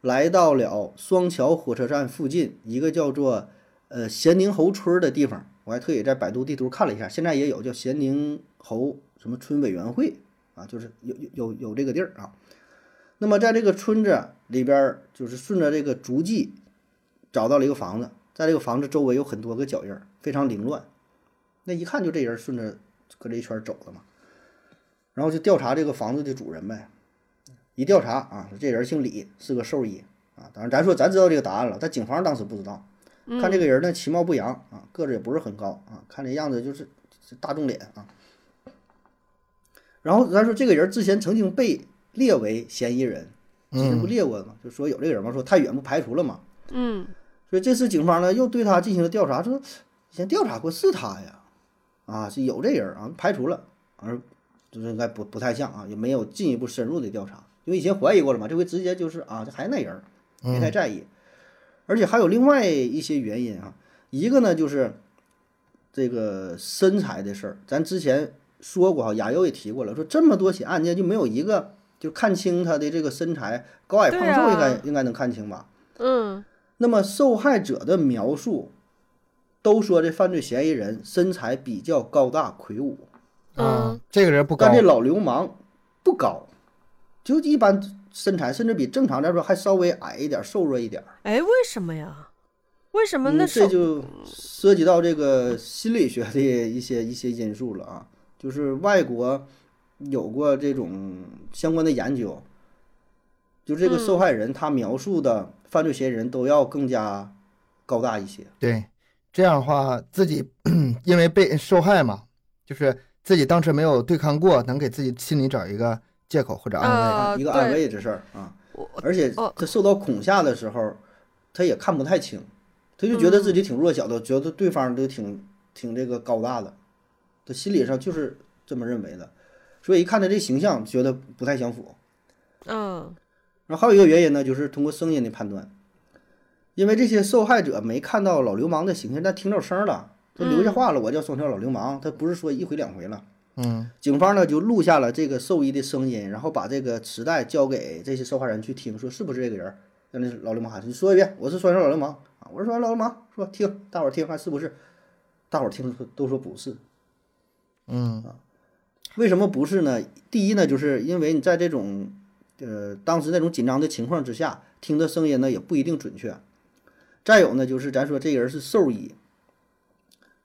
来到了双桥火车站附近一个叫做呃咸宁侯村的地方。我还特意在百度地图看了一下，现在也有叫咸宁侯什么村委员会啊，就是有有有有这个地儿啊。那么在这个村子里边儿，就是顺着这个足迹找到了一个房子，在这个房子周围有很多个脚印儿，非常凌乱。那一看就这人顺着搁这一圈儿走的嘛，然后就调查这个房子的主人呗。一调查啊，这人姓李，是个兽医啊。当然，咱说咱知道这个答案了，但警方当时不知道。看这个人呢，其貌不扬啊，个子也不是很高啊，看这样子就是是大众脸啊。然后咱说这个人之前曾经被列为嫌疑人，之前不列过吗？就说有这个人嘛，说太远不排除了嘛。
嗯，
所以这次警方呢又对他进行了调查，说以前调查过是他呀，啊是有这人啊，排除了，而就是应该不不太像啊，也没有进一步深入的调查，因为以前怀疑过了嘛，这回直接就是啊，这还是那人，没太在意。而且还有另外一些原因啊，一个呢就是这个身材的事儿，咱之前说过哈，亚优也提过了，说这么多起案件就没有一个就看清他的这个身材，高矮胖
对啊
瘦应该、应该能看清吧？
嗯，
那么受害者的描述都说这犯罪嫌疑人身材比较高大魁梧，
啊
嗯，
这个人不高
但，这老流氓不高，就一般身材，甚至比正常来说还稍微矮一点儿、瘦弱一点儿。
哎，为什么呀？为什么那
嗯，这
手？
就涉及到这个心理学的一些一些因素了啊。就是外国有过这种相关的研究，就
嗯
这个受害人他描述的犯罪嫌疑人都要更加高大一些。
对，这样的话自己 因为被受害嘛，就是自己当时没有对抗过，能给自己心里找一个借口或者安慰。
呃，
一个安
对
慰这事儿啊
我。
而且
哦
他受到恐吓的时候，他也看不太清，他就觉得
嗯
自己挺弱小的，觉得对方都挺挺这个高大的，他心理上就是这么认为的，所以一看他这形象，觉得不太相符。
嗯
然后还有一个原因呢，就是通过声音的判断，因为这些受害者没看到老流氓的形象，但听到声儿了，他留下
嗯
话了，我叫双条老流氓，他不是说一回两回了。
嗯，
警方呢就录下了这个兽医的声音，然后把这个磁带交给这些受害人去听，说是不是这个人儿？让那老流氓喊你说一遍，我是双手老流氓啊，我是双手老流氓，说听，大伙儿听看是不是？大伙儿听说都说不是，
嗯，
为什么不是呢？第一呢，就是因为你在这种呃当时那种紧张的情况之下，听的声音呢也不一定准确。再有呢，就是咱说这个人是兽医，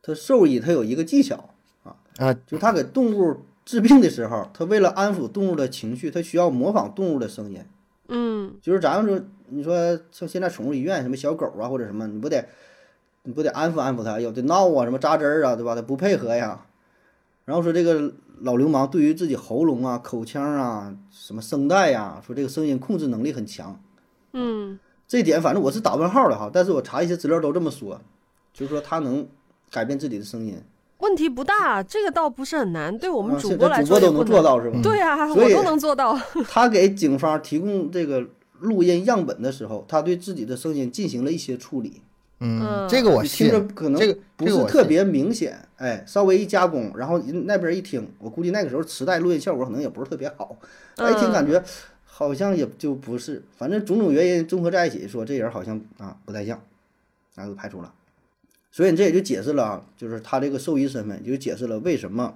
他兽医他有一个技巧，
啊，
就他给动物治病的时候，他为了安抚动物的情绪，他需要模仿动物的声音。
嗯
就是咱们说，你说像现在宠物医院什么小狗啊或者什么，你不得你不得安抚安抚它，有的闹啊，什么扎针儿啊，对吧？它不配合呀。然后说这个老流氓对于自己喉咙啊、口腔啊、什么声带呀、说这个声音控制能力很强，
嗯
这点反正我是打问号的哈。但是我查一些资料都这么说，就是说他能改变自己的声音，
问题不大，这个倒不是很难，对我们
啊
主
现
播
在
来
主播
说也
都
不
能做
难。
到是吧？
对啊，
所
我
以
都能做到。
他给警方提供这个录音样本的时候，他对自己的声音进行了一些处理，
嗯，
嗯
这个我
你听
信，
着可能
这个
不
这个
是
我
特
信
别明显，哎，稍微一加工，然后人那边一听，我估计那个时候磁带录音效果可能也不是特别好，他哎一听
嗯
感觉好像也就不是，反正种种原因综合在一起，说这人好像啊不太像，然后就排除了。所以你这也就解释了啊，就是他这个兽医身份，也就解释了为什么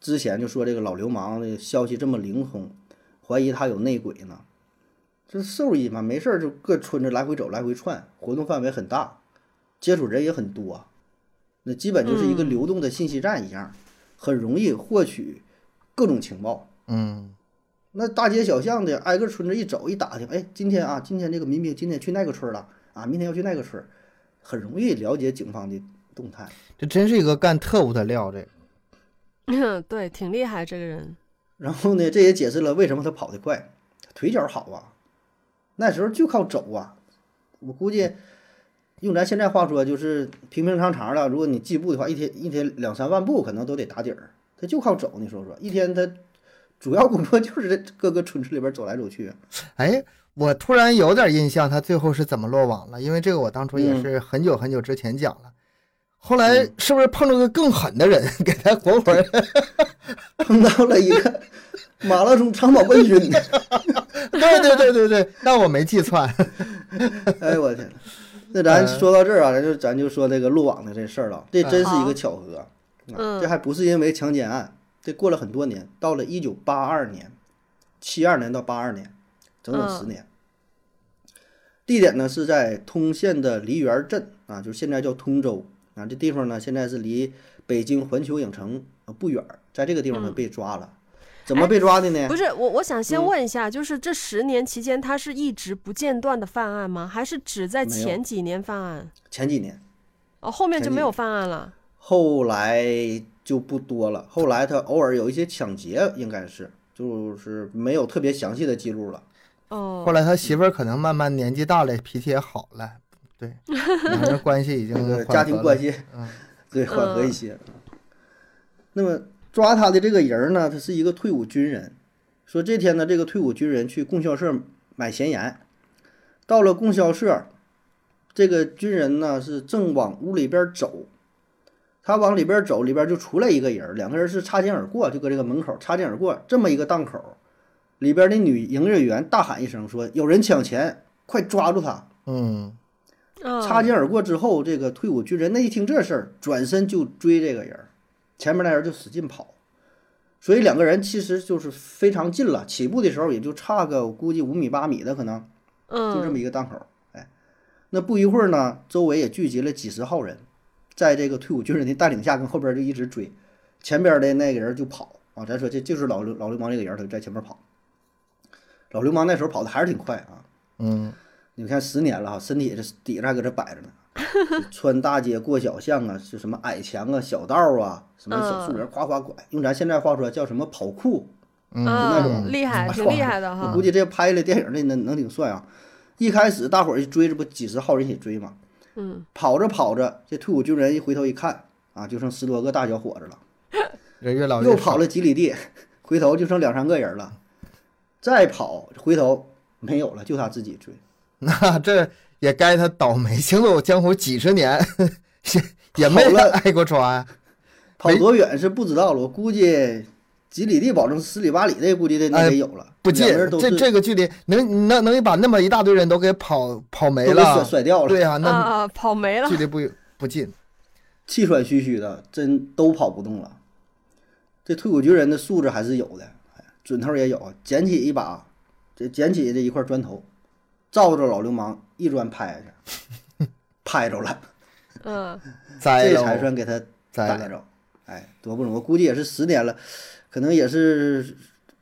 之前就说这个老流氓的消息这么灵通，怀疑他有内鬼呢。这兽医嘛，没事儿就各村子来回走，来回窜，活动范围很大，接触人也很多，那基本就是一个
嗯
流动的信息站一样，很容易获取各种情报。
嗯
那大街小巷的挨个村子一走一打听，哎，今天啊，今天这个民兵今天去那个村儿了啊，明天要去那个村儿，很容易了解警方的动态。，
这真是一个干特务的料，这个。
对，挺厉害这个人。
然后呢，这也解释了为什么他跑得快，腿脚好啊，那时候就靠走啊。我估计用咱现在话说就是平平常常的，如果你计步的话，一天一天两三万步可能都得打底儿，他就靠走。你说说，一天他主要工作 就是在各个村子里边走来走去。啊
哎，我突然有点印象，他最后是怎么落网了？因为这个我当初也
嗯
是很久很久之前讲了。后来是不是碰着个更狠的人， 给他活活儿
碰到了一个马拉松长跑冠 军，
对对对对对，那我没记错。
哦哎呦我天！那咱说到这儿啊，咱就咱就说这个落网的这事儿了，这真是一
好
个巧合啊、
嗯
这还不是因为强奸案，这过了很多年，到了一九八二年，七二年到八二年，整整十
嗯
年。地点呢是在通县的梨园镇啊，就是现在叫通州啊。这地方呢现在是离北京环球影城呃不远儿，在这个地方呢被抓了。怎么被抓的呢？
嗯哎不是我，我想先
哎嗯
问一下，就是这十年期间，他是一直不间断的犯案吗？还是只在
没有
前几年犯案？
前几年，
哦，后面就
前
没
几
有犯案了。
后来就不多了。后来他偶尔有一些抢劫，应该是就是没有特别详细的记录了。
哦，
后来他媳妇儿可能慢慢年纪大了，脾气也好了， 对，两人关系已经
这个
缓
家庭
和
关
了
系
嗯，
对缓和一些。那么抓他的这个人儿呢，他是一个退伍军人。说这天呢，这个退伍军人去供销社买咸盐，到了供销社，这个军人呢是正往屋里边走，他往里边走，里边就出来一个人儿，两个人是擦肩而过，就搁这个门口擦肩而过，这么一个档口，里边的女营业员大喊一声说：“有人抢钱，快抓住他！”
嗯，
嗯
擦肩而过之后，这个退伍军人那一听这事儿，转身就追这个人儿，前面那人就使劲跑，所以两个人其实就是非常近了，起步的时候也就差个我估计五米八米的可能，
嗯，
就这么一个档口儿。哎，那不一会儿呢，周围也聚集了几十号人，在这个退伍军人的带领下，跟后边就一直追，前边的那个人就跑啊，咱说这就是老流老流氓这个人，他就在前面跑。老流氓那时候跑的还是挺快啊，
嗯，
你看十年了哈，身体这底下还搁这摆着呢，就穿大街过小巷啊，就什么矮墙啊、小道啊，什么小树林
嗯
夸夸拐，用咱现在话说叫什么跑酷。
嗯
那种
嗯，厉害，
嗯
挺厉害的
我
哈
估。计这拍了电影的能能挺帅啊。一开始大伙儿一追，这不几十号人一起追嘛，
嗯，
跑着跑着，这退伍军人一回头一看啊，就剩十多个大小伙子了。
人越老越
又
少
跑了几里地，回头就剩两三个人了，再跑回头没有了，就他自己追。
那这也该他倒霉，行走江湖几十年， 也也没
跑了
挨过抓。啊
跑多远是不知道了，我估计几里地，保证十里八里的，估计得那
哎
得有了，
不近
两个人，都
这
是
这个距离能能能把那么一大堆人都给跑跑没
都给甩
了，
甩掉了，
对啊，
啊
那
啊，跑没了
距。离不不近，
气喘吁吁的，真都跑不动了。这退伍军人的素质还是有的，哎准头也有，捡起一把，这捡起这一块砖头，照着老流氓一砖拍下去， 拍着了，
嗯，
栽
这才
了
算给他
栽
逮
了，
着，哎，多不容易，我估计也是十年了，可能也是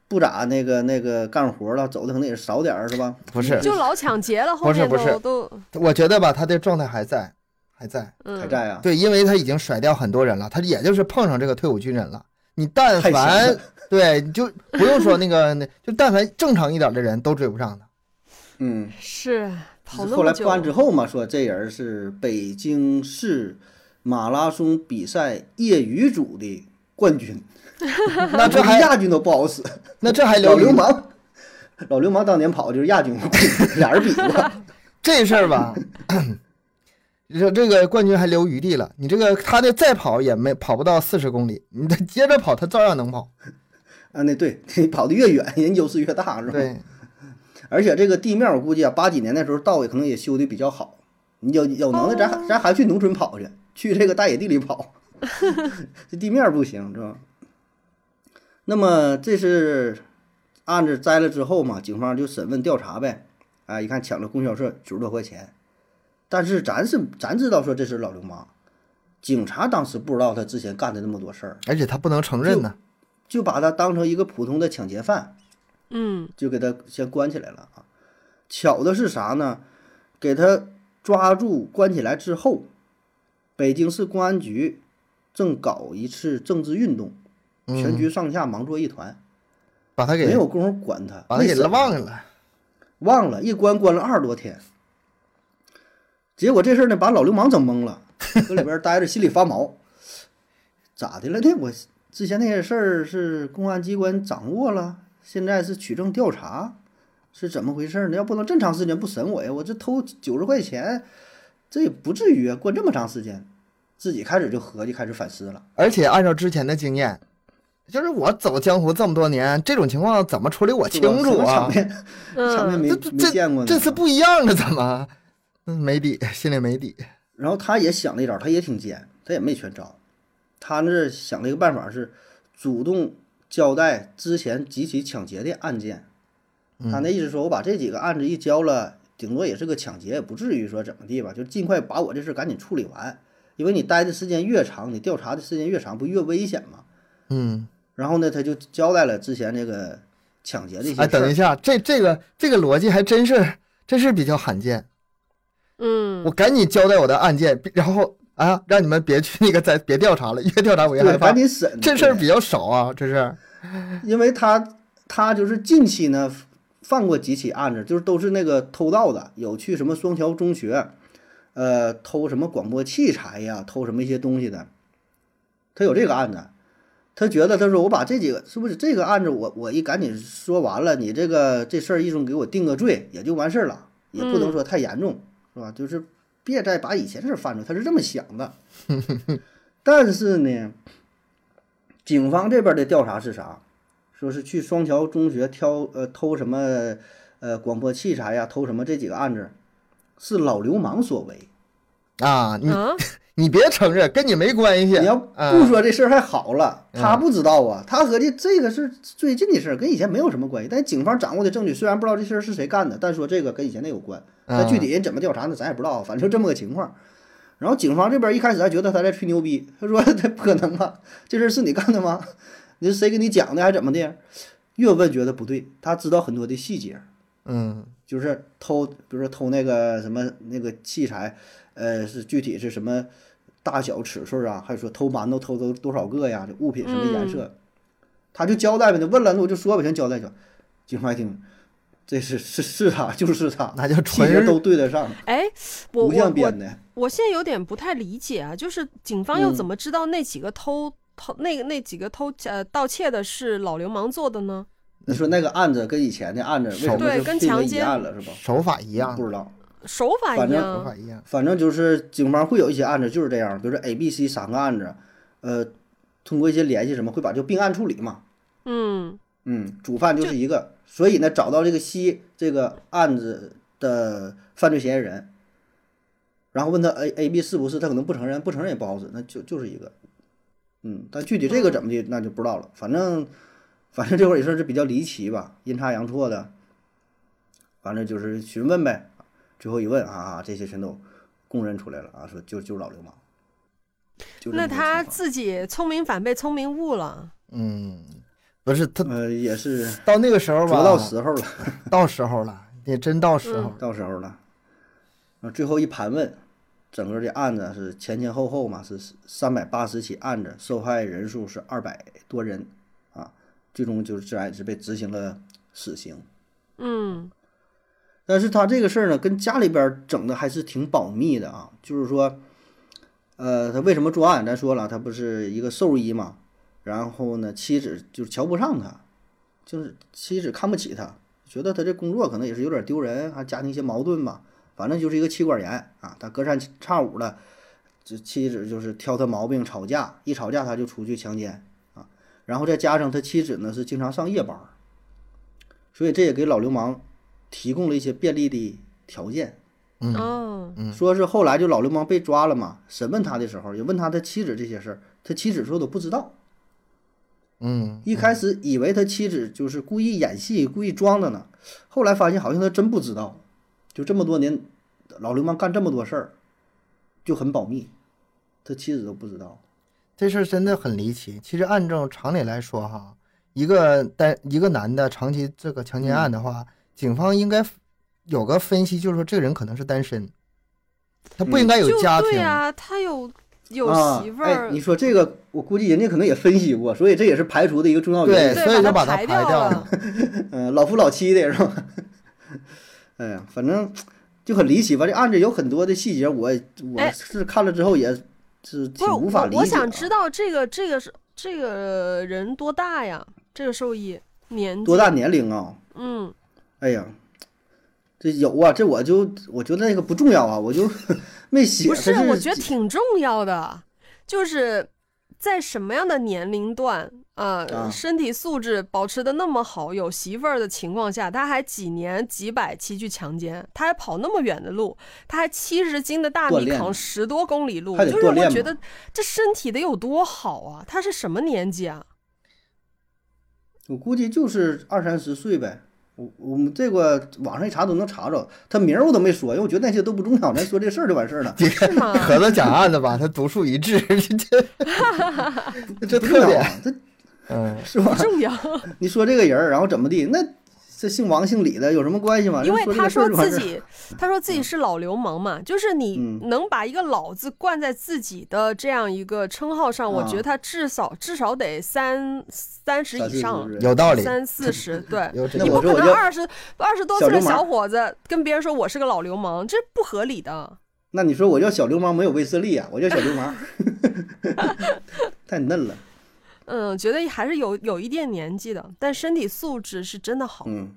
不咋那个那个干活了，走的可能也少点儿是吧？
不是
就老抢劫了，后
不是
面
不是
都都
我觉得吧，他的状态还在，还在。
还
嗯，
在啊，
对，因为他已经甩掉很多人了，他也就是碰上这个退伍军人了。你但
太闲
凡
了
对，你就不用说那个，那就但凡正常一点的人都追不上他。
嗯，
是跑那
后
么
来
久
破。案之后嘛，说这人是北京市马拉松比赛业余组的冠 军，
那这还
亚军都不好使，
那这还
老
留
流氓，老流氓当年跑就是亚军， 俩人比 过，啊
这事儿吧， 你说这个冠军还留余地了。你这个他的再跑也没跑不到四十公里，你他接着跑，他照样能跑。
啊，那对， 你跑得越远，人优势越大，是吧？
对，
而且这个地面我估计啊，八几年那时候道也可能也修的比较好，你有有能耐咱还咱还去农村跑去，去这个大野地里跑，这地面不行是吧？那么这是案子摘了之后嘛，警方就审问调查呗，啊，一看抢了供销社九十多块钱，但是咱是咱知道说这是老流氓，警察当时不知道他之前干的那么多事儿，
而且他不能承认呢。
就把他当成一个普通的抢劫犯，
嗯，
就给他先关起来了啊。巧的是啥呢？给他抓住关起来之后，北京市公安局正搞一次政治运动，全
嗯，
局上下忙作一团，
把他
没
给
有工夫管他，
把他给
没事儿
忘了。
忘了，一关关了二十多天。结果这事儿呢，把老流氓整懵了，搁里边儿待着心里发毛，咋的了呢？我之前那些事儿是公安机关掌握了，现在是取证调查，是怎么回事呢？要不能这么长时间不审我呀？我这偷九十块钱，这也不至于啊，关这么长时间。自己开始就合计，开始反思了。
而且按照之前的经验，就是我走江湖这么多年，这种情况怎么处理我
是
清
吧
楚
什么
啊
场。面，场面
嗯，
没
这这
没见过呢。
这次不一样了，怎么？嗯，没底， 心里没底。
然后他也想了一招，他也挺尖，他也没全招。他那是想了一个办法是主动交代之前几起抢劫的案件。
嗯
他那意思说，我把这几个案子一交了，顶多也是个抢劫，也不至于说怎么地吧，就尽快把我这事儿赶紧处理完。因为你待的时间越长，你调查的时间越长，不越危险吗？
嗯，
然后呢，他就交代了之前这个抢劫的一些
哎，
事儿
等一下，这这个这个逻辑还真是真是比较罕见。
嗯，
我赶紧交代我的案件，然后啊，让你们别去那个再别调查了，越调查我越害
对，
怕
赶。紧审
这事儿
对
比较少啊，这是。
因为他他就是近期呢犯过几起案子，就是都是那个偷盗的，有去什么双桥中学，呃，偷什么广播器材呀，偷什么一些东西的，他有这个案子。他觉得，他说我把这几个是不是这个案子我我一赶紧说完了，你这个这事儿一总给我定个罪也就完事儿了，也不能说太严重，是吧？就是别再把以前事儿翻出来，他是这么想的。 但是呢，警方这边的调查是啥？说是去双桥中学挑呃偷什么呃广播器材呀，偷什么这几个案子，是老流氓所为。
啊，
嗯
你
啊，
你别承认，跟你没关系。
你要
啊
不说这事儿还好了，
嗯
他不知道啊，他合计这个是最近的事儿，跟以前没有什么关系。但警方掌握的证据虽然不知道这事儿是谁干的，但说这个跟以前的有关。
啊
但具体人怎么调查呢，咱也不知道，反正就这么个情况。然后警方这边一开始还觉得他在吹牛逼，他说这不可能吧？这事儿是你干的吗？ 你是谁给你讲的，还怎么的？越问觉得不对，他知道很多的细节。
嗯
就是偷，比如说偷那个什么那个器材，呃，是具体是什么大小尺寸啊？还有说偷馒头偷多多少个呀？这物品什么颜
嗯
色？他就交代呗，你问了那我就说呗，全交代全。警方一听，这是是是他，就是他，
那就
细
纯
节
是
都对得上，
哎，我
不
我
像
我
编的。
我现在有点不太理解啊，就是警方
嗯
又怎么知道那几个偷、偷那个那几个偷呃盗窃的是老流氓做的呢？
你说那个案子跟以前的案子为什么
对
就
跟
并为
强
一
奸
案了是吧？
手法一样
不，知道，
手法
反
一
正
手法
样，
一样。
反正就是警方会有一些案子就是这样，比如说 A、B、C 三个案子，呃，通过一些联系什么会把就并案处理嘛。
嗯
嗯，主犯就是一个，所以呢，找到这个西这个案子的犯罪嫌疑人，然后问他 A A B 是不是，他可能不承认，不承认也不好使，那就就是一个，嗯，但具体这个怎么的，那就不知道了。反正反正这会儿也算是比较离奇吧，阴差阳错的，反正就是询问呗，最后一问啊，这些全都供认出来了啊，说就就是老流氓。就这么个
那他
情
自己聪明反被聪明误了。
嗯，不是他
况呃也是
到那个时候
着
吧，
到时候了。
到时候了，也真到时候了。
到时候了。啊，最后一盘问，整个这案子是前前后后嘛，是三百八十起案子，受害人数是二百多人啊，最终就是自然也是被执行了死刑。
嗯
但是他这个事儿呢，跟家里边儿整的还是挺保密的啊，就是说，呃，他为什么作案？咱说了，他不是一个兽医嘛，然后呢，妻子就是瞧不上他，就是妻子看不起他，觉得他这工作可能也是有点丢人，还家庭一些矛盾吧，反正就是一个妻管严啊，他隔三差五的，这妻子就是挑他毛病吵架，一吵架他就出去强奸啊，然后再加上他妻子呢是经常上夜班儿，所以这也给老流氓提供了一些便利的条件。
嗯
哦，
说是后来就老流氓被抓了嘛，审问他的时候也问他他妻子这些事儿，他妻子说都不知道。
嗯，
一开始以为他妻子就是故意演戏、故意装的呢，后来发现好像他真不知道。就这么多年，老流氓干这么多事儿，就很保密，他妻子都不知道。
这事儿真的很离奇。其实按照常理来说，哈，一个单一个男的长期这个强奸案的
嗯
话，警方应该有个分析，就是说这个人可能是单身，他不应该有
嗯就
家
对啊
庭。
呀，他有有
啊
媳妇儿、
哎，你说这个，我估计人家可能也分析过，所以这也是排除的一个重要原因。
对所以就
把
把他
排
排掉
了
了。
嗯，老夫老妻的是吧？ 哎呀，反正就很离奇吧。这案子有很多的细节，我我
哎
是看了之后也是
不
挺
是
无法
我
理解、啊
我想知道这个这个是这个人多大呀？这个兽医年纪
多大？年龄啊？
嗯，
哎呀，这有啊，这我就我觉得那个不重要啊，我就 没写。
不是
但，
我觉得挺重要的，就是在什么样的年龄段，呃，
啊
身体素质保持的那么好，有媳妇儿的情况下，他还几年几百期去强奸，他还跑那么远的路，他还七十斤的大
锻
米
炼
扛
嘛
十多公里路，
还得
就是
锻炼
我
嘛
觉得这身体得有多好啊！他是什么年纪 啊？
我估计就是二三十岁呗。我我们这个网上一查都能查着，他名儿我都没说，因为我觉得那些都不重要，咱说这事儿就完事儿了。
是吗？
可子讲案子吧，他独树一帜， 这这这
不重
特
要
点，
啊，这
嗯，
是
不
吧？
重要，
你说这个人儿，然后怎么地？那这姓王姓李的有什么关系吗？
因为
就
他
说
说
这个事儿
自己， 他说自己是老流氓嘛，就是你
嗯
能把一个“老”字冠在自己的这样一个称号上，我
啊
觉得他至少至少得三三十
就完事儿
以上，
了
有道理，
三四十， 对。
有这
那
你
有
不
我说
可能
就
二十二十多岁
小
的
流氓
小伙子跟别人说我是个老流氓，这不合理的。
那你说我叫小流氓没有卫斯理啊？我叫小流氓，太嫩了。
嗯，觉得还是有有一定年纪的，但身体素质是真的好。
嗯，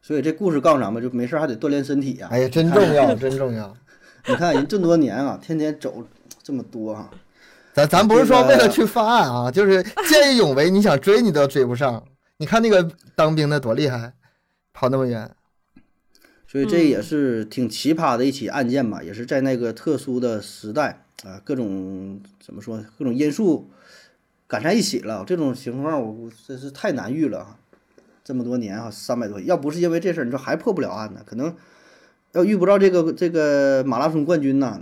所以这故事告诉咱们，就没事儿还得锻炼身体呀、
哎呀，真重要，真 重要。
你看人这么多年啊，天天走这么多啊哈、
咱咱不是说
这个
为了去犯案啊，就是见义勇为，你想追你都追不上。你看那个当兵的多厉害，跑那么远，
所以这
嗯
也是挺奇葩的一起案件吧，也是在那个特殊的时代啊，各种怎么说，各种因素赶在一起了，这种情况我我真是太难遇了啊！这么多年啊，三百多，要不是因为这事儿，你说还破不了案呢，可能要遇不着这个这个马拉松冠军呐，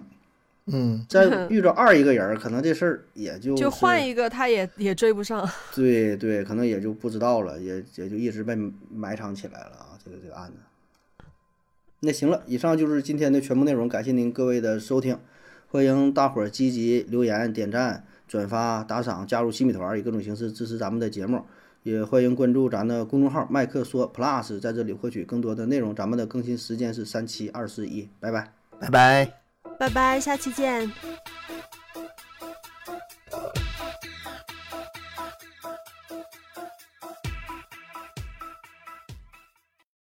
嗯，
再遇着二一个人儿，可能这事儿也就
就是换一个，他也也追不上。
对对，可能也就不知道了，也也就一直被埋藏起来了啊，这个这个案子。那行了，以上就是今天的全部内容，感谢您各位的收听，欢迎大伙儿积极留言、点赞、转发、打赏，加入西米团，以各种形式支持咱们的节目，也欢迎关注咱的公众号“麦克说 Plus”，在这里获取更多的内容。咱们的更新时间是三七二十一，拜拜。
拜拜。
拜拜，下期见。